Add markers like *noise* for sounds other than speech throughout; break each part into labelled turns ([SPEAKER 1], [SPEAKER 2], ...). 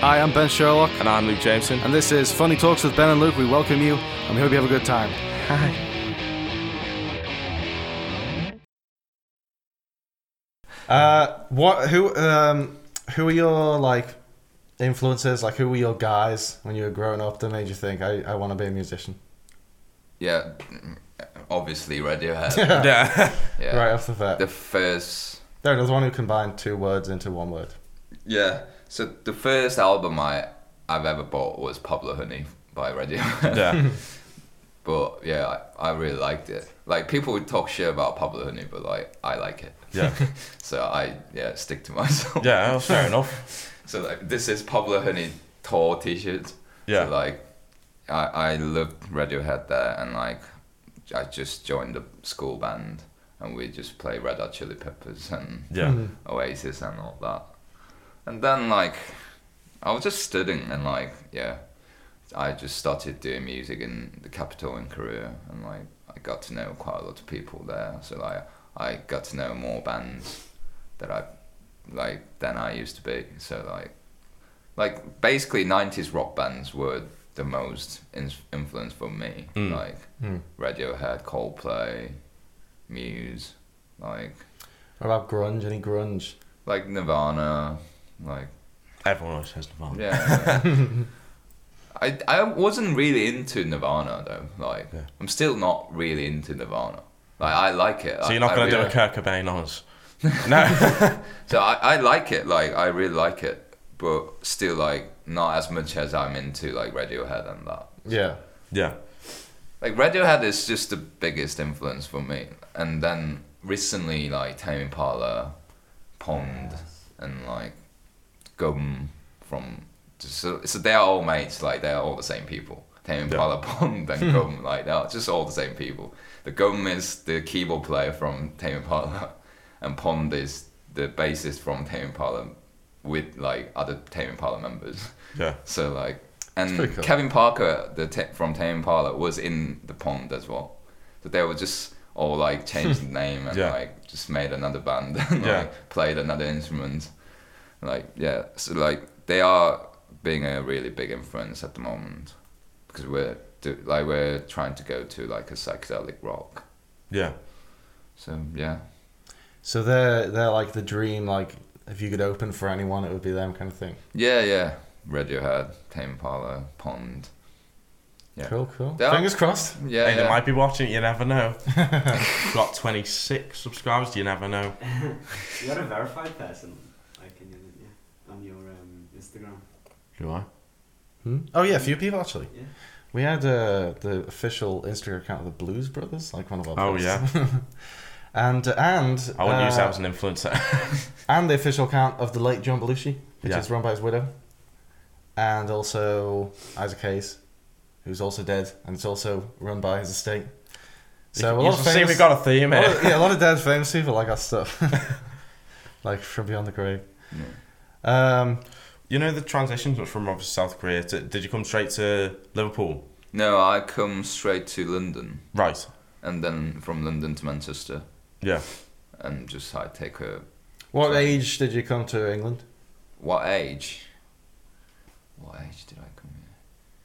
[SPEAKER 1] Hi, I'm Ben Sherlock,
[SPEAKER 2] And I'm Luke Jameson.
[SPEAKER 1] and this is Funny Talks with Ben and Luke. We welcome you, and we hope you have a good time. Uh, what? Who? Um, who are your like influences? Like, who were your guys when you were growing up that made you think I, I want to be a musician?
[SPEAKER 3] Yeah, obviously
[SPEAKER 2] *laughs*
[SPEAKER 3] Radiohead.
[SPEAKER 2] Yeah.
[SPEAKER 3] Yeah.
[SPEAKER 1] Right off the bat,
[SPEAKER 3] The first,
[SPEAKER 1] there another one who combined two words into one word.
[SPEAKER 3] yeah. So the first album I I've ever bought was Pablo Honey by Radiohead.
[SPEAKER 2] yeah.
[SPEAKER 3] *laughs* But yeah, I, I really liked it. Like people would talk shit about Pablo Honey, but like I like it.
[SPEAKER 2] Yeah.
[SPEAKER 3] *laughs* so I yeah stick to myself.
[SPEAKER 2] Yeah, well, fair enough.
[SPEAKER 3] So like this is Pablo Honey tall t-shirts.
[SPEAKER 2] Yeah.
[SPEAKER 3] So, like I I loved Radiohead there, and like I just joined a school band, and we just play Red Hot Chili Peppers and
[SPEAKER 2] Yeah.
[SPEAKER 1] Hmm.
[SPEAKER 3] Oasis and all that. And then like I was just studying and like yeah, I just started doing music in the capital in Korea and like I got to know quite a lot of people there. So like I got to know more bands that I like than I used to be. So like like basically 90s rock bands were the most in- influence for me.
[SPEAKER 2] Mm.
[SPEAKER 3] Like
[SPEAKER 1] Hmm.
[SPEAKER 3] Radiohead, Coldplay, Muse, like
[SPEAKER 1] What about grunge? Any grunge?
[SPEAKER 3] like Nirvana,
[SPEAKER 2] *laughs*
[SPEAKER 3] like
[SPEAKER 2] Everyone always says Nirvana.
[SPEAKER 3] yeah. I I wasn't really into Nirvana though. Like
[SPEAKER 2] Yeah.
[SPEAKER 3] I'm still not really into Nirvana. Like I like it.
[SPEAKER 2] So you're not
[SPEAKER 3] I,
[SPEAKER 2] going to
[SPEAKER 3] I
[SPEAKER 2] do a
[SPEAKER 3] really,
[SPEAKER 2] Kurt Cobain on *laughs* us? No.
[SPEAKER 3] So I, I like it. Like I really like it, but still like not as much as I'm into like Radiohead and that.
[SPEAKER 1] Yeah.
[SPEAKER 2] yeah.
[SPEAKER 3] Like Radiohead is just the biggest influence for me. And then recently like Tame Impala, Pond, and like Gum from so, so they are all mates. Like they are all the same people. Tame Impala, *laughs* Pond, and Gum. Like they are just all the same people. The Gum is the keyboard player from Tame Impala, *laughs* and Pond is the bassist from Tame Impala, with like other Tame Impala members.
[SPEAKER 2] Yeah.
[SPEAKER 3] So like, and
[SPEAKER 1] pretty cool.
[SPEAKER 3] Kevin Parker, the te- from Tame Impala, was in the pond as well. So they were just all like changed the name and
[SPEAKER 2] Yeah.
[SPEAKER 3] like just made another band *laughs* and
[SPEAKER 2] Yeah.
[SPEAKER 3] like played another instrument. Like yeah, so like they are being a really big influence at the moment because we're do- like we're trying to go to like a psychedelic rock.
[SPEAKER 2] Yeah.
[SPEAKER 3] So yeah,
[SPEAKER 1] So they're they're like the dream. Like if you could open for anyone, it would be them kind of thing.
[SPEAKER 3] yeah, yeah. Radiohead, Tame Impala, Pond. Yeah.
[SPEAKER 1] Cool, cool.
[SPEAKER 3] Yeah.
[SPEAKER 1] Fingers crossed.
[SPEAKER 3] Yeah,
[SPEAKER 2] Hey,
[SPEAKER 3] yeah.
[SPEAKER 2] They might be watching, you
[SPEAKER 1] *laughs*
[SPEAKER 2] never know. Got 26 subscribers, you never know.
[SPEAKER 4] You're a verified person, like in your, yeah, on your um, Instagram.
[SPEAKER 2] Do I?
[SPEAKER 1] Hmm? Oh yeah, a few people actually.
[SPEAKER 4] Yeah.
[SPEAKER 1] We had uh, the official Instagram account of the Blues Brothers, like one of our.
[SPEAKER 2] Oh,
[SPEAKER 1] friends. *laughs* and and
[SPEAKER 2] I wouldn't
[SPEAKER 1] uh,
[SPEAKER 2] use that as an influencer.
[SPEAKER 1] And the official account of the late John Belushi, which
[SPEAKER 2] Yeah.
[SPEAKER 1] is run by his widow, and also Isaac Hayes, who's also dead, and it's also run by his estate. *laughs* So a
[SPEAKER 2] you
[SPEAKER 1] lot of
[SPEAKER 2] can see
[SPEAKER 1] famous,
[SPEAKER 2] we've got a theme
[SPEAKER 1] a lot
[SPEAKER 2] here.
[SPEAKER 1] of- yeah, a lot
[SPEAKER 2] *laughs*
[SPEAKER 1] of dead famous people like our stuff, *laughs* like from beyond the grave.
[SPEAKER 3] Yeah.
[SPEAKER 1] Um,
[SPEAKER 2] You know the transition from obviously South Korea to. Did you come straight to Liverpool?
[SPEAKER 3] No, I come straight to London.
[SPEAKER 2] Right. *laughs*
[SPEAKER 3] and then from London to Manchester,
[SPEAKER 2] Yeah.
[SPEAKER 3] and just I take a
[SPEAKER 1] what
[SPEAKER 3] Sorry.
[SPEAKER 1] age did you come to England?
[SPEAKER 3] what age? What age did I come here?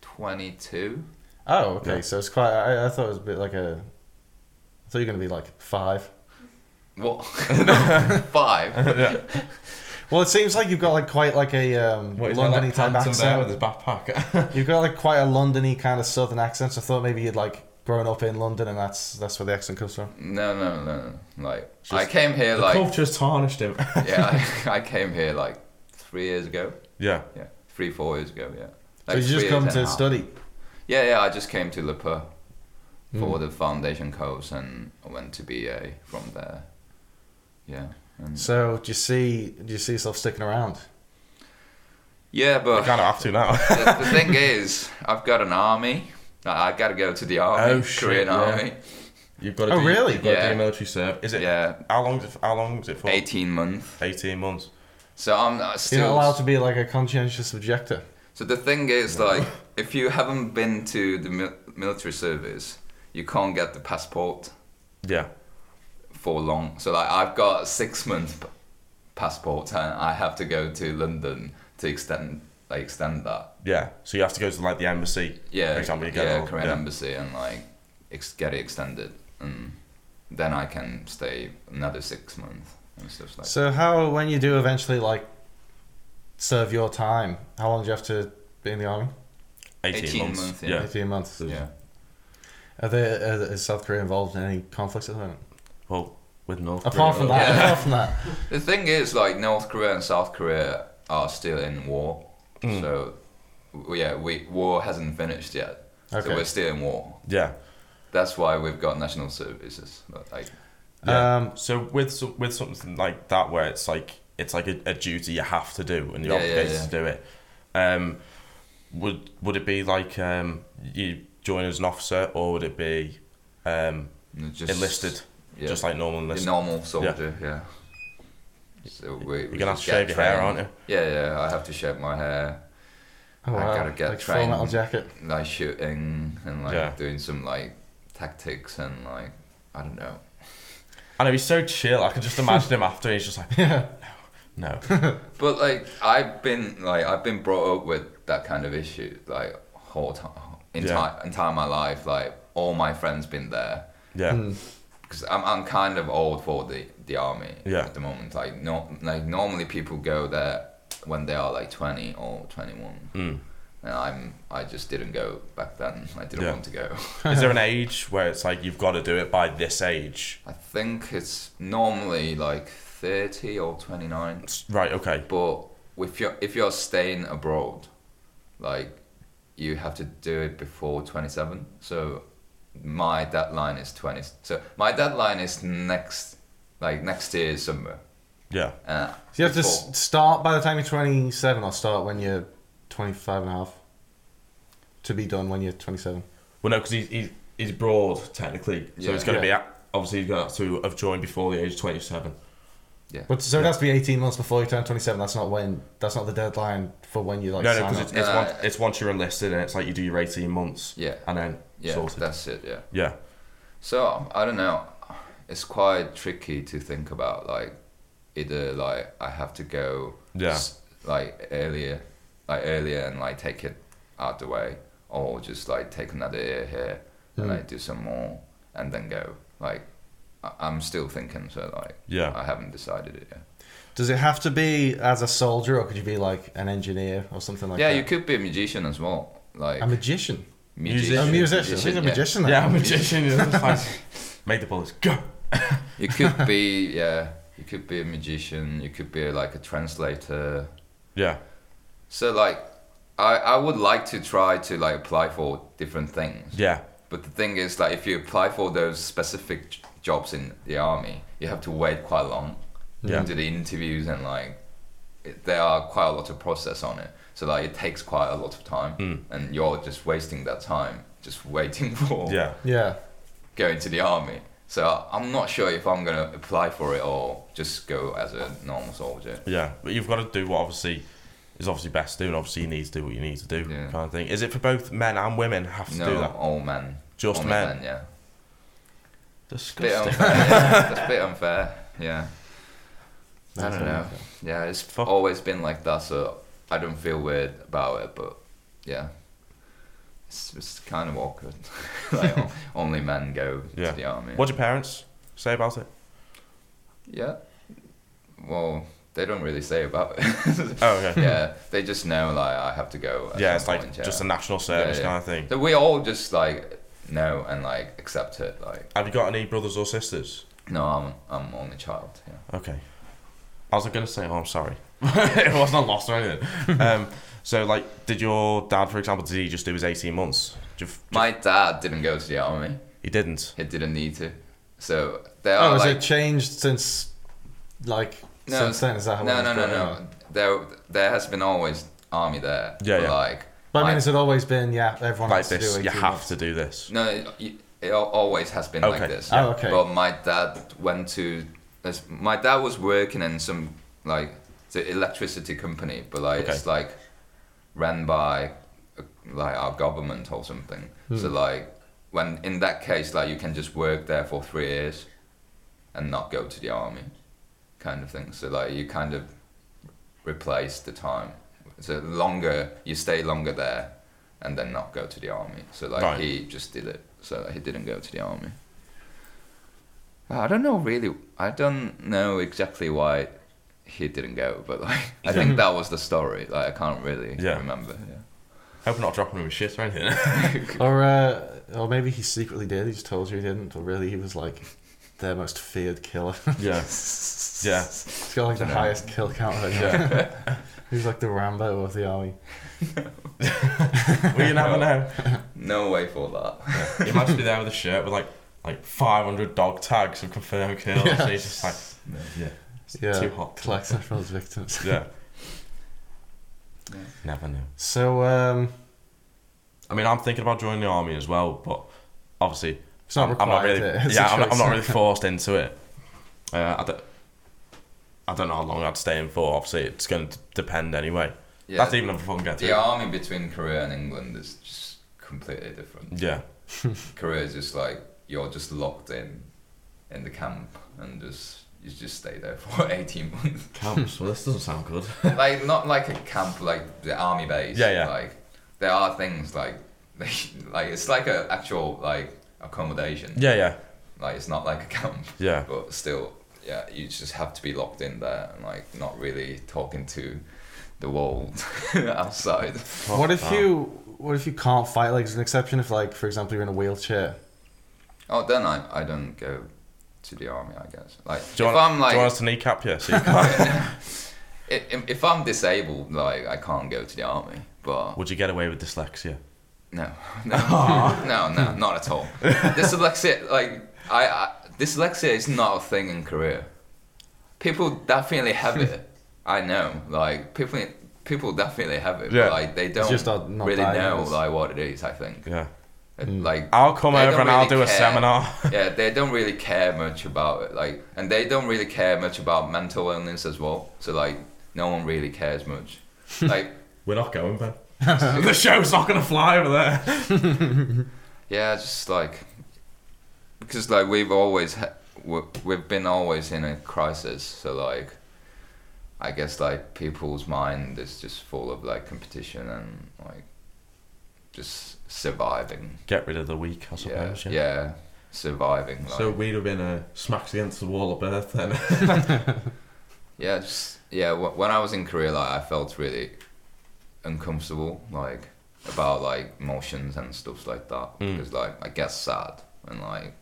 [SPEAKER 3] Twenty two.
[SPEAKER 1] Oh, okay.
[SPEAKER 2] Yeah.
[SPEAKER 1] So it's quite. I, I thought it was a bit like a. I thought you were gonna be like five.
[SPEAKER 3] What? *laughs* No, Five.
[SPEAKER 2] yeah.
[SPEAKER 1] Well, it seems like you've got like quite like a um, Londony type
[SPEAKER 2] with his
[SPEAKER 1] accent. *laughs*
[SPEAKER 2] backpack. *laughs*
[SPEAKER 1] You've got like quite a Londony kind of southern accent. So I thought maybe you'd like grown up in London and that's that's where the accent comes from.
[SPEAKER 3] No, no, no. no. Like
[SPEAKER 2] Just
[SPEAKER 3] I came here like
[SPEAKER 2] culture's tarnished him.
[SPEAKER 3] *laughs* yeah, I, I came here like three years ago.
[SPEAKER 2] yeah.
[SPEAKER 3] Yeah, three four years ago. Yeah.
[SPEAKER 1] So
[SPEAKER 3] Like
[SPEAKER 1] you
[SPEAKER 3] three
[SPEAKER 1] just
[SPEAKER 3] years
[SPEAKER 1] come
[SPEAKER 3] and a
[SPEAKER 1] to
[SPEAKER 3] half.
[SPEAKER 1] study.
[SPEAKER 3] Yeah, yeah. I just came to Lipa for
[SPEAKER 1] Mm.
[SPEAKER 3] the foundation course and I went to BA from there. Yeah. And
[SPEAKER 1] So do you see do you see yourself sticking around?
[SPEAKER 3] yeah,
[SPEAKER 2] I
[SPEAKER 3] but
[SPEAKER 2] kind of have to now. *laughs*
[SPEAKER 3] *laughs* the, the thing is, I've got an army. Like, I gotta go to the army,
[SPEAKER 2] Oh, shit,
[SPEAKER 3] Korean
[SPEAKER 2] yeah.
[SPEAKER 3] army.
[SPEAKER 2] You've got to
[SPEAKER 1] Oh,
[SPEAKER 2] do,
[SPEAKER 1] really?
[SPEAKER 2] You've got to
[SPEAKER 3] Yeah.
[SPEAKER 2] do military serve. Is it?
[SPEAKER 3] Yeah,
[SPEAKER 2] How long? Is it, how long is it for?
[SPEAKER 3] eighteen month.
[SPEAKER 2] 18 months.
[SPEAKER 3] So I'm uh,
[SPEAKER 1] You're
[SPEAKER 3] still.
[SPEAKER 1] not allowed to be like a conscientious objector.
[SPEAKER 3] So the thing is, like, if you haven't been to the mil- military service, you can't get the passport
[SPEAKER 2] Yeah.
[SPEAKER 3] for long. So like I've got six months p- passport, and I have to go to London to extend like extend that.
[SPEAKER 2] Yeah. So you have to go to like the embassy.
[SPEAKER 3] Yeah,
[SPEAKER 2] For example, you get
[SPEAKER 3] yeah,
[SPEAKER 2] all-
[SPEAKER 3] Korean
[SPEAKER 2] yeah.
[SPEAKER 3] embassy and like ex- get it extended, and then I can stay another six months and stuff like.
[SPEAKER 1] So how when you do eventually like serve your time, how long do you have to be in the army?
[SPEAKER 2] 18,
[SPEAKER 3] 18
[SPEAKER 2] months.
[SPEAKER 3] months, yeah.
[SPEAKER 2] yeah.
[SPEAKER 1] Eighteen months.
[SPEAKER 3] that. Yeah.
[SPEAKER 1] Are they, uh, is South Korea involved in any conflicts at the moment?
[SPEAKER 2] Well, with North.
[SPEAKER 1] Apart
[SPEAKER 2] Korea.
[SPEAKER 1] from that,
[SPEAKER 3] Yeah.
[SPEAKER 1] apart from that,
[SPEAKER 3] The thing is, like North Korea and South Korea are still in war,
[SPEAKER 2] Mm.
[SPEAKER 3] so w- yeah, we war hasn't finished yet, *laughs* so
[SPEAKER 1] Okay.
[SPEAKER 3] we're still in war.
[SPEAKER 2] Yeah.
[SPEAKER 3] That's why we've got national services. but, Like,
[SPEAKER 2] Yeah.
[SPEAKER 1] um,
[SPEAKER 2] So with some, with something like that, where it's like it's like a, a duty you have to do and you're
[SPEAKER 3] Yeah, yeah,
[SPEAKER 2] obligated
[SPEAKER 3] yeah.
[SPEAKER 2] to do it. Um, would would it be like um, you join as an officer, or would it be um,
[SPEAKER 3] just
[SPEAKER 2] enlisted,
[SPEAKER 3] yeah,
[SPEAKER 2] just like normal
[SPEAKER 3] a
[SPEAKER 2] enlisted?
[SPEAKER 3] normal soldier. Yeah. So we,
[SPEAKER 2] You're
[SPEAKER 3] we
[SPEAKER 2] gonna have
[SPEAKER 3] just
[SPEAKER 2] to shave
[SPEAKER 3] get
[SPEAKER 2] your hair,
[SPEAKER 3] trained.
[SPEAKER 2] aren't you?
[SPEAKER 3] Yeah, yeah. I have to shave my hair,
[SPEAKER 1] oh,
[SPEAKER 3] I
[SPEAKER 1] wow.
[SPEAKER 3] gotta get
[SPEAKER 1] like full
[SPEAKER 3] trained.
[SPEAKER 1] metal jacket.
[SPEAKER 3] like shooting and like
[SPEAKER 2] Yeah.
[SPEAKER 3] doing some like tactics and like I don't know.
[SPEAKER 2] I know he's so chill. I can just imagine him after. He's
[SPEAKER 1] *laughs*
[SPEAKER 2] just like, no, no.
[SPEAKER 3] But like I've been like I've been brought up with that kind of issue like whole time entire entire my life. Like all my friends been there
[SPEAKER 2] Yeah,
[SPEAKER 1] Hmm.
[SPEAKER 3] because I'm I'm kind of old for the the army
[SPEAKER 2] Yeah.
[SPEAKER 3] at the moment. Like no like normally people go there when they are like 20 or 21.
[SPEAKER 2] Mm.
[SPEAKER 3] And I'm I just didn't go back then. I didn't
[SPEAKER 2] Yeah.
[SPEAKER 3] want to go.
[SPEAKER 2] Is there an age where it's like you've got to do it by this age?
[SPEAKER 3] I think it's normally like 30 or 29.
[SPEAKER 2] It's- Right. Okay.
[SPEAKER 3] But if you're if you're staying abroad, like you have to do it before 27. So my deadline is 20. So my deadline is next like next year summer.
[SPEAKER 2] Yeah.
[SPEAKER 3] Uh,
[SPEAKER 1] So you have to
[SPEAKER 3] before-
[SPEAKER 1] s- start by the time you're 27 or start when you're 25 and a half to be done when you're 27.
[SPEAKER 2] Well, no, because he's, he's he's broad technically, so
[SPEAKER 3] Yeah.
[SPEAKER 2] it's going to
[SPEAKER 1] Yeah.
[SPEAKER 2] be at, obviously he's going to have to have joined before the age of twenty-seven.
[SPEAKER 1] But so it has to be 18 months before you turn 27. That's not when. That's not the deadline for when you like.
[SPEAKER 2] no, no,
[SPEAKER 1] sign
[SPEAKER 2] because
[SPEAKER 1] up.
[SPEAKER 2] it's, it's,
[SPEAKER 3] No,
[SPEAKER 2] once,
[SPEAKER 3] no, no.
[SPEAKER 2] it's once you're enlisted, and it's like you do your eighteen months,
[SPEAKER 3] Yeah.
[SPEAKER 2] and then
[SPEAKER 3] yeah,
[SPEAKER 2] sorted.
[SPEAKER 3] that's it. Yeah.
[SPEAKER 2] yeah,
[SPEAKER 3] So I don't know. It's quite tricky to think about. Like either like I have to go
[SPEAKER 2] Yeah.
[SPEAKER 3] s- like earlier, like earlier and like take it out the way, or just like take another year here and
[SPEAKER 1] Hmm.
[SPEAKER 3] like do some more and then go. Like I- I'm still thinking. So like
[SPEAKER 2] Yeah.
[SPEAKER 3] I haven't decided it yet.
[SPEAKER 1] Does it have to be as a soldier, or could you be like an engineer or something like
[SPEAKER 3] yeah,
[SPEAKER 1] that?
[SPEAKER 3] you could be a musician as well. Like
[SPEAKER 1] A magician.
[SPEAKER 3] musician,
[SPEAKER 1] A musician. He's a
[SPEAKER 3] yeah.
[SPEAKER 1] magician.
[SPEAKER 2] yeah,
[SPEAKER 1] then.
[SPEAKER 2] magician. you know, it's like, Make the bullets go.
[SPEAKER 3] You
[SPEAKER 1] *laughs*
[SPEAKER 3] could be yeah. You could be a magician. You could be like a translator.
[SPEAKER 2] Yeah,
[SPEAKER 3] So like, I I would like to try to like apply for different things.
[SPEAKER 2] yeah,
[SPEAKER 3] But the thing is, like, if you apply for those specific j- jobs in the army, you have to wait quite long
[SPEAKER 2] Yeah.
[SPEAKER 3] to the interviews and like, it, there are quite a lot of process on it. So like, it takes quite a lot of time,
[SPEAKER 2] Hmm.
[SPEAKER 3] and you're just wasting that time just waiting *laughs* for
[SPEAKER 2] yeah.
[SPEAKER 1] Yeah.
[SPEAKER 3] going to the army. So I- I'm not sure if I'm gonna apply for it or just go as a normal soldier.
[SPEAKER 2] Yeah, but you've got to do what obviously is obviously best to do, and obviously you need to do what you need to do,
[SPEAKER 3] Yeah.
[SPEAKER 2] kind of thing. Is it for both men and women have to do
[SPEAKER 3] No,
[SPEAKER 2] that?
[SPEAKER 3] all men.
[SPEAKER 2] Just
[SPEAKER 3] Only
[SPEAKER 2] men.
[SPEAKER 3] Yeah.
[SPEAKER 2] *laughs*
[SPEAKER 3] bit
[SPEAKER 2] Disgusting.
[SPEAKER 3] unfair. yeah. That's a bit unfair. Yeah. I
[SPEAKER 1] That's
[SPEAKER 3] don't
[SPEAKER 1] very
[SPEAKER 3] know.
[SPEAKER 1] unfair.
[SPEAKER 3] Yeah, it's
[SPEAKER 2] Fuck.
[SPEAKER 3] always been like that, so I don't feel weird about it. But yeah, it's it's kind of awkward. *laughs*
[SPEAKER 2] *laughs*
[SPEAKER 3] like o- only men go
[SPEAKER 2] Yeah.
[SPEAKER 3] to the army.
[SPEAKER 2] What do your parents say about it?
[SPEAKER 3] Yeah. Well, they don't really say about it.
[SPEAKER 2] *laughs* Oh, okay.
[SPEAKER 3] *laughs* yeah, they just know like I have to go. at
[SPEAKER 2] Yeah,
[SPEAKER 3] some
[SPEAKER 2] it's like
[SPEAKER 3] point, yeah.
[SPEAKER 2] just a national service
[SPEAKER 3] yeah.
[SPEAKER 2] kind of thing.
[SPEAKER 3] So we all just like know and like accept it. Like
[SPEAKER 2] Have you got any brothers or sisters?
[SPEAKER 3] no, I'm I'm only child. Yeah.
[SPEAKER 2] Okay. I was gonna say, oh, I'm sorry. *laughs* it wasn't a loss or *laughs* anything. Um, so, like, did your dad, for example, did he just do his 18 months? Do you, do you-
[SPEAKER 3] My dad didn't go to the army.
[SPEAKER 2] he didn't.
[SPEAKER 3] He didn't need to. So there
[SPEAKER 1] Oh,
[SPEAKER 2] Uh,
[SPEAKER 3] are
[SPEAKER 1] has
[SPEAKER 3] like
[SPEAKER 1] it changed since, like, since then? Is that how
[SPEAKER 3] no,
[SPEAKER 1] it
[SPEAKER 3] no,
[SPEAKER 1] was
[SPEAKER 3] no,
[SPEAKER 1] going
[SPEAKER 3] no.
[SPEAKER 1] on?
[SPEAKER 3] There, there has been always army there.
[SPEAKER 2] Yeah,
[SPEAKER 3] but
[SPEAKER 2] yeah.
[SPEAKER 3] Like,
[SPEAKER 1] But I mean,
[SPEAKER 3] I-
[SPEAKER 1] has it always been, yeah, everyone
[SPEAKER 2] Like
[SPEAKER 1] has to
[SPEAKER 2] this,
[SPEAKER 1] do
[SPEAKER 2] you
[SPEAKER 1] 18
[SPEAKER 2] have
[SPEAKER 1] months?
[SPEAKER 2] to do this.
[SPEAKER 3] no, it, it al- always has been like
[SPEAKER 2] Okay.
[SPEAKER 3] this.
[SPEAKER 1] Oh, okay.
[SPEAKER 3] But my dad went to. as- My dad was working in some like the electricity company, but like
[SPEAKER 2] Okay.
[SPEAKER 3] it's like ran by uh, like our government or
[SPEAKER 1] Hmm.
[SPEAKER 3] something. So like when in that case, like you can just work there for three years, and not go to the army, kind of thing. So like you kind of replace the time. So longer you stay longer there, and then not go to the army. So like
[SPEAKER 2] Right.
[SPEAKER 3] he just did it. So he didn't go to the army. I don't know really. I don't know exactly why he didn't go, but like *laughs*
[SPEAKER 2] *laughs*
[SPEAKER 3] I think that was the story. Like I can't really
[SPEAKER 2] Yeah.
[SPEAKER 3] remember. Yeah.
[SPEAKER 2] Hope I'm not dropping him with shit or anything.
[SPEAKER 1] Or uh, or maybe he secretly did. He just told you he didn't. But really, he was like their most feared killer.
[SPEAKER 2] *laughs*
[SPEAKER 1] *laughs*
[SPEAKER 2] *laughs* yeah. Yeah.
[SPEAKER 1] He's got like the highest kill count. Right now. *laughs* He's like the Rambo of the army.
[SPEAKER 2] Well, you never know.
[SPEAKER 3] No way for that. *laughs*
[SPEAKER 2] You imagine me there with a shirt with like like 500 dog tags of *laughs* confirmed kills. And he's just like, no, yeah, it's
[SPEAKER 1] *laughs* Yeah,
[SPEAKER 2] too hot.
[SPEAKER 1] collects after all his victims.
[SPEAKER 2] Yeah.
[SPEAKER 3] Yeah.
[SPEAKER 2] Never knew.
[SPEAKER 1] So um,
[SPEAKER 2] I mean, I'm thinking about joining the army as well, but obviously,
[SPEAKER 1] it's not
[SPEAKER 2] I'm-
[SPEAKER 1] required.
[SPEAKER 2] I'm not
[SPEAKER 1] there.
[SPEAKER 2] really,
[SPEAKER 1] It's
[SPEAKER 2] yeah,
[SPEAKER 1] a
[SPEAKER 2] I'm not, I'm not
[SPEAKER 1] choice.
[SPEAKER 2] really forced into it. Uh, I, don't, I don't know how long I'd stay in for. Obviously, it's going to depend anyway.
[SPEAKER 3] Yeah.
[SPEAKER 2] That's even if I fucking get to
[SPEAKER 3] the
[SPEAKER 2] it.
[SPEAKER 3] army between Korea and England is just completely different.
[SPEAKER 2] Yeah.
[SPEAKER 3] Korea is just like you're just locked in in the camp and just you just stay there *laughs* for
[SPEAKER 2] *laughs*
[SPEAKER 3] 18 months.
[SPEAKER 2] Camps. Well, this doesn't sound good.
[SPEAKER 3] like not like a camp like the army base.
[SPEAKER 2] Yeah, yeah.
[SPEAKER 3] Like there are things like *laughs* like it's like a actual like accommodation.
[SPEAKER 2] *laughs* Yeah, yeah,
[SPEAKER 3] Like it's not like a camp.
[SPEAKER 2] yeah.
[SPEAKER 3] But still, yeah, you just have to be locked in there and like not really talking to the world *laughs* outside.
[SPEAKER 1] What if
[SPEAKER 2] Oh.
[SPEAKER 1] you? What if you can't fight? Like, there's an exception if, like, for example, you're in a wheelchair.
[SPEAKER 3] Oh, then I, I don't go to the army, I guess. Like,
[SPEAKER 2] Do you,
[SPEAKER 3] if
[SPEAKER 2] want,
[SPEAKER 3] I'm
[SPEAKER 2] do you want
[SPEAKER 3] like,
[SPEAKER 2] us to kneecap you? So you *laughs* can't-
[SPEAKER 3] if, if I'm disabled, like, I can't go to the army. But
[SPEAKER 2] Would you get away with dyslexia?
[SPEAKER 3] no, *laughs* no, no, no, not at all. dyslexia, like, I, I dyslexia is not a thing in Korea. People definitely have
[SPEAKER 2] *laughs*
[SPEAKER 3] it. I know, like, people people definitely have it.
[SPEAKER 2] Yeah.
[SPEAKER 3] But, like, they don't
[SPEAKER 1] just not- not
[SPEAKER 3] really know
[SPEAKER 1] diagnosed.
[SPEAKER 3] like what it is. I think,
[SPEAKER 2] Yeah. Mm.
[SPEAKER 3] like,
[SPEAKER 2] I'll come
[SPEAKER 3] They
[SPEAKER 2] over
[SPEAKER 3] don't
[SPEAKER 2] and I'll
[SPEAKER 3] really
[SPEAKER 2] do a
[SPEAKER 3] care.
[SPEAKER 2] seminar.
[SPEAKER 3] yeah, they don't really care much about it, like, and they don't really care much about mental illness as well. So like, no one really
[SPEAKER 2] *laughs*
[SPEAKER 3] cares much. Like,
[SPEAKER 2] We're not going, *laughs* Ben. the show's not going to fly over there.
[SPEAKER 3] yeah, just like, because like we've always ha- we- we've been always in a crisis. So like, I guess like people's mind is just full of like competition and like, just surviving.
[SPEAKER 2] Get rid of the weak, I
[SPEAKER 3] Yeah,
[SPEAKER 2] suppose.
[SPEAKER 3] yeah,
[SPEAKER 2] Yeah.
[SPEAKER 3] surviving. Like,
[SPEAKER 2] we'd have been uh, smacked against the wall of birth then.
[SPEAKER 3] Yeah, just, yeah. wh- When I was in Korea, like I felt really uncomfortable, like about like emotions and stuff like that,
[SPEAKER 2] Mm.
[SPEAKER 3] because like I get sad and like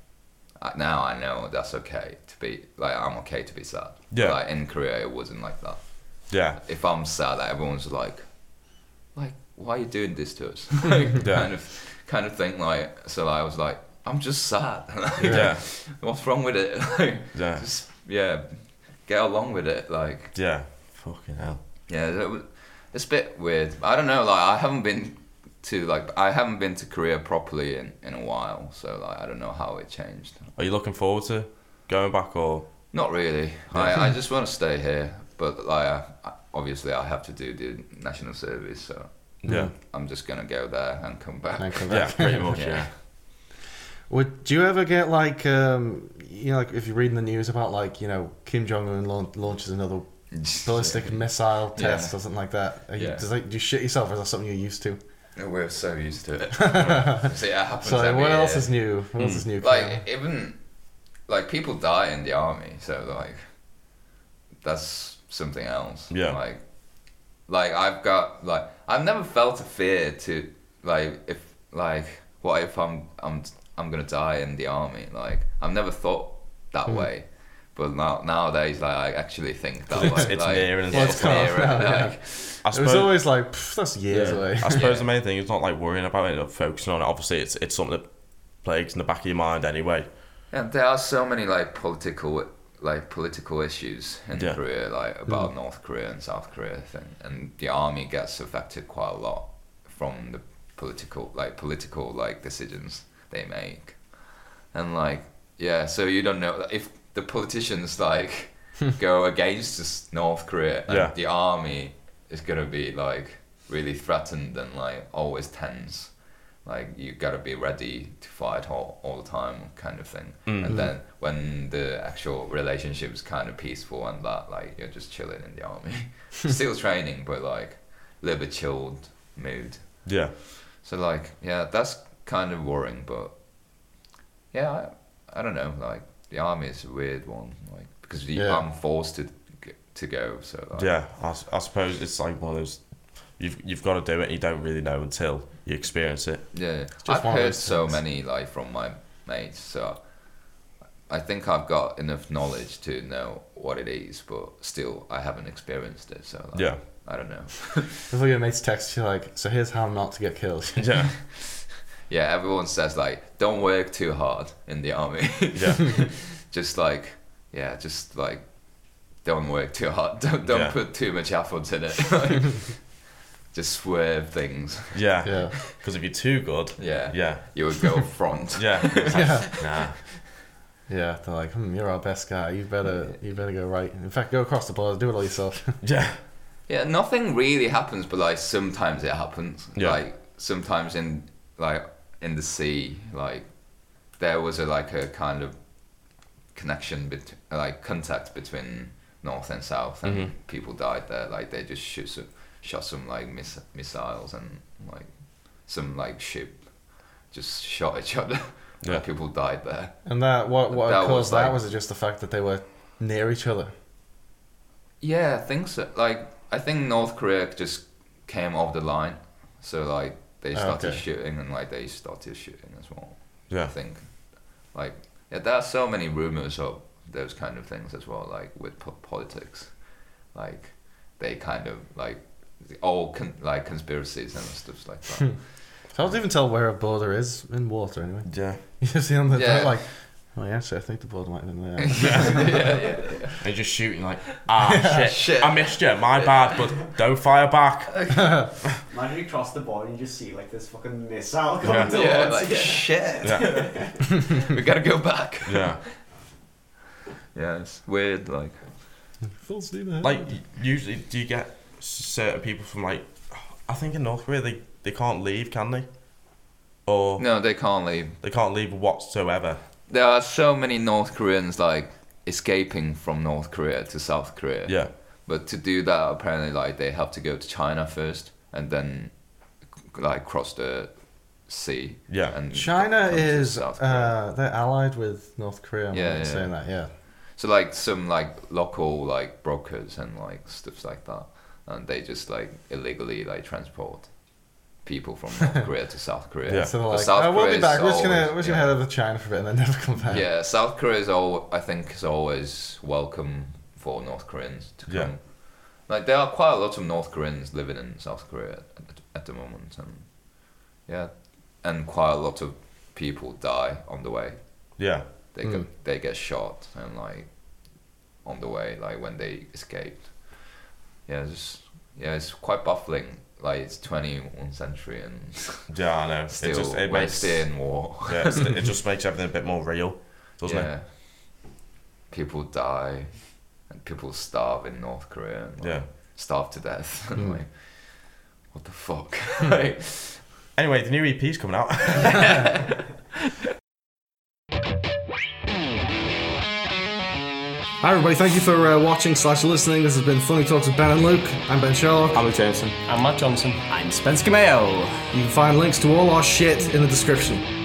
[SPEAKER 3] I- now I know that's okay to be like I'm okay to be sad.
[SPEAKER 2] Yeah.
[SPEAKER 3] Like in Korea, it wasn't like that. *laughs*
[SPEAKER 2] yeah.
[SPEAKER 3] If I'm sad, like, everyone's like, like, why are you doing this to
[SPEAKER 2] *laughs*
[SPEAKER 3] us? like,
[SPEAKER 2] Yeah.
[SPEAKER 3] Kind of, kind of thing. Like, so I was like, I'm just sad. *laughs* Like,
[SPEAKER 2] Yeah.
[SPEAKER 3] What's wrong with it? *laughs* like,
[SPEAKER 2] Yeah.
[SPEAKER 3] just yeah, get along with it. Like.
[SPEAKER 2] Yeah. Fucking hell.
[SPEAKER 3] Yeah, that was, it's a bit weird. I don't know. Like, I haven't been to like I haven't been to Korea properly in, in a while, so like I don't know how it changed.
[SPEAKER 2] Are you looking forward to going back or.
[SPEAKER 3] Not really. I I just want to stay here, but like I- I, obviously I have to do the national service, so
[SPEAKER 2] Yeah.
[SPEAKER 3] I'm just gonna go there and come back.
[SPEAKER 1] Thank you.
[SPEAKER 2] Yeah, pretty much,
[SPEAKER 3] *laughs* Yeah.
[SPEAKER 2] yeah.
[SPEAKER 1] *laughs*
[SPEAKER 3] *laughs*
[SPEAKER 1] Would do you ever get like, um, you know, like if you're reading the news about like, you know, Kim Jong Un launch, launches another ballistic missile
[SPEAKER 3] Yeah.
[SPEAKER 1] test or something like that? Are you,
[SPEAKER 3] Yeah.
[SPEAKER 1] does, like, do you shit yourself? Or is that something you're used to?
[SPEAKER 3] We're so used to it. See, it happens
[SPEAKER 1] So like,
[SPEAKER 3] every
[SPEAKER 1] what else
[SPEAKER 3] year.
[SPEAKER 1] is new? What else is new? Karen?
[SPEAKER 3] like even like people die in the army so like that's something else
[SPEAKER 2] Yeah.
[SPEAKER 3] like like i've got like i've never felt a fear to like if like what if i'm i'm i'm gonna die in the army like i've never thought that
[SPEAKER 2] Hmm.
[SPEAKER 3] way but now nowadays like i actually think that
[SPEAKER 2] It's-
[SPEAKER 3] way
[SPEAKER 2] it's
[SPEAKER 3] like,
[SPEAKER 2] near and
[SPEAKER 3] yeah,
[SPEAKER 2] it's
[SPEAKER 3] it's
[SPEAKER 1] close
[SPEAKER 3] near
[SPEAKER 1] now,
[SPEAKER 2] *laughs*
[SPEAKER 3] and,
[SPEAKER 1] yeah.
[SPEAKER 3] like,
[SPEAKER 2] I
[SPEAKER 1] it was always like "Pff, that's years
[SPEAKER 2] Yeah.
[SPEAKER 1] away.
[SPEAKER 2] I suppose the
[SPEAKER 3] Yeah.
[SPEAKER 2] main thing is not like worrying about it or focusing on it. Obviously, it's it's something that plagues in the back of your mind anyway.
[SPEAKER 3] And there are so many like political like political issues in
[SPEAKER 2] Yeah. Mm.
[SPEAKER 3] Korea, like about North Korea and South Korea thing, and the army gets affected quite a lot from the political like political like decisions they make, and like yeah, so you don't know if the politicians like
[SPEAKER 2] *laughs*
[SPEAKER 3] go against this North Korea, and
[SPEAKER 2] Yeah.
[SPEAKER 3] the army is gonna be like really threatened and like always tense. like you gotta be ready to fight all, all the time kind of thing
[SPEAKER 2] Mm.
[SPEAKER 3] and then when the actual relationship is kind of peaceful and that like you're just chilling in the army *laughs* still training but like little bit chilled mood
[SPEAKER 2] Yeah.
[SPEAKER 3] so like, yeah, that's kind of worrying, but yeah, I, I don't know. Like the army is a weird one, like because you,
[SPEAKER 1] Yeah.
[SPEAKER 3] I'm forced to g- to go. So like,
[SPEAKER 2] Yeah, I, s- I suppose it's like one of those. You've you've got to do it. and You don't really know until you experience it.
[SPEAKER 3] yeah.
[SPEAKER 1] just
[SPEAKER 3] I've
[SPEAKER 1] one of
[SPEAKER 3] heard
[SPEAKER 1] those
[SPEAKER 3] so
[SPEAKER 1] things.
[SPEAKER 3] many like from my mates, so I think I've got enough knowledge to know what it is, but still I haven't experienced it. So like,
[SPEAKER 2] Yeah,
[SPEAKER 3] I don't know.
[SPEAKER 1] Before your mates text you, like, so here's how not to get killed.
[SPEAKER 2] yeah,
[SPEAKER 3] Yeah, everyone says like, don't work too hard in the army. *laughs*
[SPEAKER 2] yeah,
[SPEAKER 3] just like yeah just like don't work too hard *laughs* don't, don't
[SPEAKER 2] Yeah.
[SPEAKER 3] put too much effort in it *laughs* just swerve things
[SPEAKER 2] yeah.
[SPEAKER 1] *laughs* yeah.
[SPEAKER 2] Because if you're too good,
[SPEAKER 3] yeah,
[SPEAKER 2] yeah,
[SPEAKER 3] you
[SPEAKER 1] *laughs*
[SPEAKER 3] would go front
[SPEAKER 2] yeah, it's like,
[SPEAKER 1] Yeah.
[SPEAKER 2] nah,
[SPEAKER 1] Yeah, they're like, hmm, you're our best guy. You better, you better go right. In fact, go across the border, do it all yourself. *laughs*
[SPEAKER 2] yeah,
[SPEAKER 3] yeah nothing really happens but like sometimes it happens
[SPEAKER 2] Yeah.
[SPEAKER 3] like sometimes in like in the sea like there was a like a kind of connection bet- like contact between north and south and
[SPEAKER 2] Mhm.
[SPEAKER 3] people died there like they just shoot some, shot some like miss- missiles and like some like ship just shot each other
[SPEAKER 2] Yeah.
[SPEAKER 3] and *laughs* people died there
[SPEAKER 1] And that, what, what
[SPEAKER 3] That was
[SPEAKER 1] caused that
[SPEAKER 3] like-
[SPEAKER 1] was it just the fact that they were near each other.
[SPEAKER 3] Yeah, I think so. Like, I think North Korea just came off the line, so like they
[SPEAKER 2] Ah,
[SPEAKER 1] Oh,
[SPEAKER 3] started
[SPEAKER 1] okay.
[SPEAKER 3] shooting and like they started shooting as well. I
[SPEAKER 2] yeah,
[SPEAKER 3] think, like, yeah, there are so many rumors of those kind of things as well. Like with po- politics, like they kind of like all con- like conspiracies and stuff like
[SPEAKER 2] *laughs*
[SPEAKER 3] that. *laughs*
[SPEAKER 1] I don't even tell where a border is in water anyway. *laughs*
[SPEAKER 2] yeah.
[SPEAKER 1] You see on the
[SPEAKER 3] Yeah.
[SPEAKER 1] they're like, oh yeah, actually, I think the border might have been
[SPEAKER 3] *laughs*
[SPEAKER 1] there.
[SPEAKER 3] yeah, yeah, yeah.
[SPEAKER 2] They're just shooting like, ah, shit,
[SPEAKER 3] Shit.
[SPEAKER 2] I missed you, my bad, but don't fire back.
[SPEAKER 4] Imagine you cross the border and you just see like this fucking missile coming
[SPEAKER 2] Yeah.
[SPEAKER 4] towards
[SPEAKER 3] Yeah, like
[SPEAKER 4] you.
[SPEAKER 3] shit.
[SPEAKER 2] Yeah,
[SPEAKER 3] we gotta go
[SPEAKER 2] *laughs*
[SPEAKER 3] back.
[SPEAKER 2] yeah.
[SPEAKER 3] Yeah, it's weird. Like,
[SPEAKER 1] Full steam ahead.
[SPEAKER 2] Like y- usually, do you get s- certain people from like? I think in North Korea they they can't leave, can they? Or
[SPEAKER 3] no, they can't leave.
[SPEAKER 2] they can't leave whatsoever.
[SPEAKER 3] there are so many North Koreans like escaping from North Korea to South Korea.
[SPEAKER 2] Yeah,
[SPEAKER 3] But to do that, apparently, like they have to go to China first and then like cross the sea.
[SPEAKER 2] Yeah.
[SPEAKER 3] And
[SPEAKER 1] China
[SPEAKER 3] come to
[SPEAKER 1] is
[SPEAKER 3] South Korea.
[SPEAKER 1] uh, they're allied with North Korea. I'm
[SPEAKER 3] Yeah,
[SPEAKER 1] yeah,
[SPEAKER 3] yeah,
[SPEAKER 1] saying that. Yeah,
[SPEAKER 3] so like some like local like brokers and like stuff like that, and they just like illegally like transport people from
[SPEAKER 1] *laughs*
[SPEAKER 3] North Korea to South Korea.
[SPEAKER 2] Yeah.
[SPEAKER 1] so they're
[SPEAKER 3] But
[SPEAKER 1] like,
[SPEAKER 3] South
[SPEAKER 1] oh, we'll be
[SPEAKER 3] Korea is
[SPEAKER 1] back. We're just gonna
[SPEAKER 3] always-
[SPEAKER 1] we're just gonna
[SPEAKER 3] yeah.
[SPEAKER 1] head over to China for a bit and then never come back.
[SPEAKER 3] Yeah, South Korea is all I think is always welcome for North Koreans to come.
[SPEAKER 2] Yeah.
[SPEAKER 3] Like there are quite a lot of North Koreans living in South Korea at, at the moment, and yeah, and quite a lot of people die on the way.
[SPEAKER 2] yeah,
[SPEAKER 3] They
[SPEAKER 1] Mm.
[SPEAKER 3] get they get shot and like on the way, like when they escaped. Yeah, it's just yeah, it's quite baffling. Like it's twenty one century and
[SPEAKER 2] yeah. I know.
[SPEAKER 3] still
[SPEAKER 2] it just it
[SPEAKER 3] we're
[SPEAKER 2] makes
[SPEAKER 3] still in war.
[SPEAKER 2] yeah, it's- it just makes everything a bit more real, doesn't it?
[SPEAKER 3] People die, and people starve in North Korea. and, like,
[SPEAKER 2] Yeah. Hmm.
[SPEAKER 3] Starve to death. *laughs* and,
[SPEAKER 1] Mm.
[SPEAKER 3] like, what the fuck? *laughs* Like,
[SPEAKER 2] Anyway, the new EP's coming out.
[SPEAKER 1] Hi everybody, thank you for uh, watching slash listening. This has been Funny Talks with Ben and Luke. I'm Ben Sherlock.
[SPEAKER 5] I'm Luke Jameson.
[SPEAKER 6] I'm Matt Johnson.
[SPEAKER 5] I'm Spencer Gameo.
[SPEAKER 1] You can find links to all our shit in the description.